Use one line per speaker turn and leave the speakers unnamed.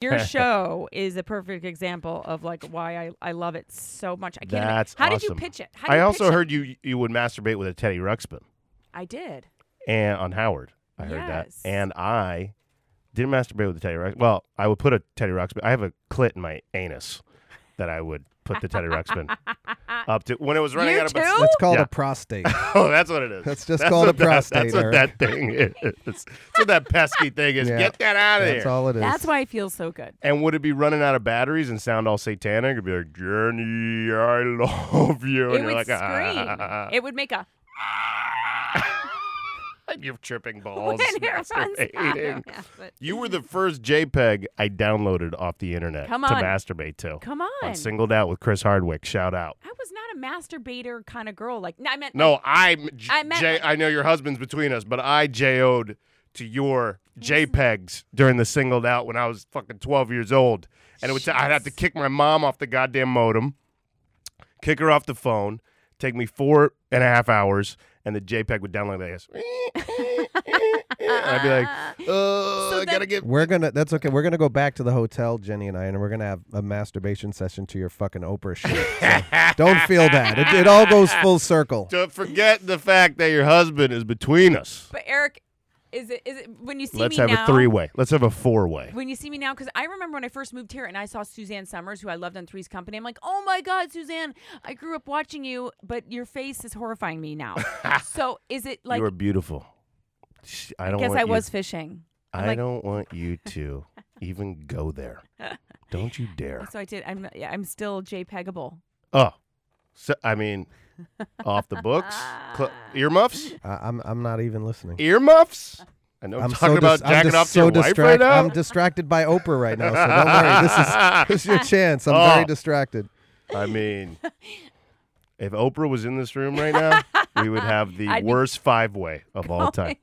Your show is a perfect example of like why I, I love it so much. I can't.
That's
how did you
awesome.
pitch it? How did
I
you
also
pitch it?
heard you you would masturbate with a Teddy Ruxpin
I did.
and on Howard. I heard
Yes.
that, and I didn't masturbate with a Teddy Ruxpin. Well, I would put a Teddy Ruxpin. I have a clit in my anus that I would put the Teddy Ruxpin up to when it was running
You
out of.
too?
That's called
Yeah.
a prostate.
Oh, that's what it is.
That's just called
what
a
That,
prostate,
that's what that
Eric.
thing is. That's what that pesky thing is.
Yeah.
Get that out of
That's
here.
all it is.
That's why it feels so good.
And would it be running out of batteries and sound all satanic? It'd be like, Jenny, I love you. and
it
you're
would
like,
scream.
ah.
It would make a.
You're tripping
when
balls.
it runs out.
masturbating.
Yeah, but-
You were the first JPEG I downloaded off the internet
Come
to
on.
masturbate to.
Come on.
On Singled Out with Chris Hardwick. Shout out.
I was not a masturbator kind of girl. Like, no, I meant
No, I'm J-
I meant-
J- I know your husband's between us, but I JO'd to your JPEGs during the Singled Out when I was fucking 12 years old. And it would i I'd have to kick my mom off the goddamn modem, kick her off the phone, take me four and a half hours, and the JPEG would download like this. E. And I'd be like, oh, I
then-
gotta get
We're gonna. That's okay. We're gonna go back to the hotel, Jenny and I, and we're gonna have a masturbation session to your fucking Oprah shit. So don't feel bad. It, it all goes full circle.
to forget the fact that your husband is between us.
But Eric, is it is it when you see
Let's
me
have
now?
a three way. Let's have a four way.
When you see me now, because I remember when I first moved here and I saw Suzanne Summers, who I loved on Three's Company. I'm like, oh my God, Suzanne, I grew up watching you, but your face is horrifying me now. so is it like?
you are beautiful. Sh- I
I
don't
guess
want
I
you-
was fishing. I'm
I
like-
don't want you to even go there. Don't you dare.
So I did. I'm yeah, I'm still JPEGable.
Oh, so, I mean, off the books, Cl- earmuffs,
I, I'm. I'm not even listening.
earmuffs. I know I'm
I'm
talking
so
about
dis- I'm
jacking
just
off to
so
your wife
distracted.
right now.
I'm distracted by Oprah right now, so don't worry. This is this is your chance. I'm
Oh.
very distracted.
I mean, if Oprah was in this room right now, we would have the
I'd be-
worst five way of all time.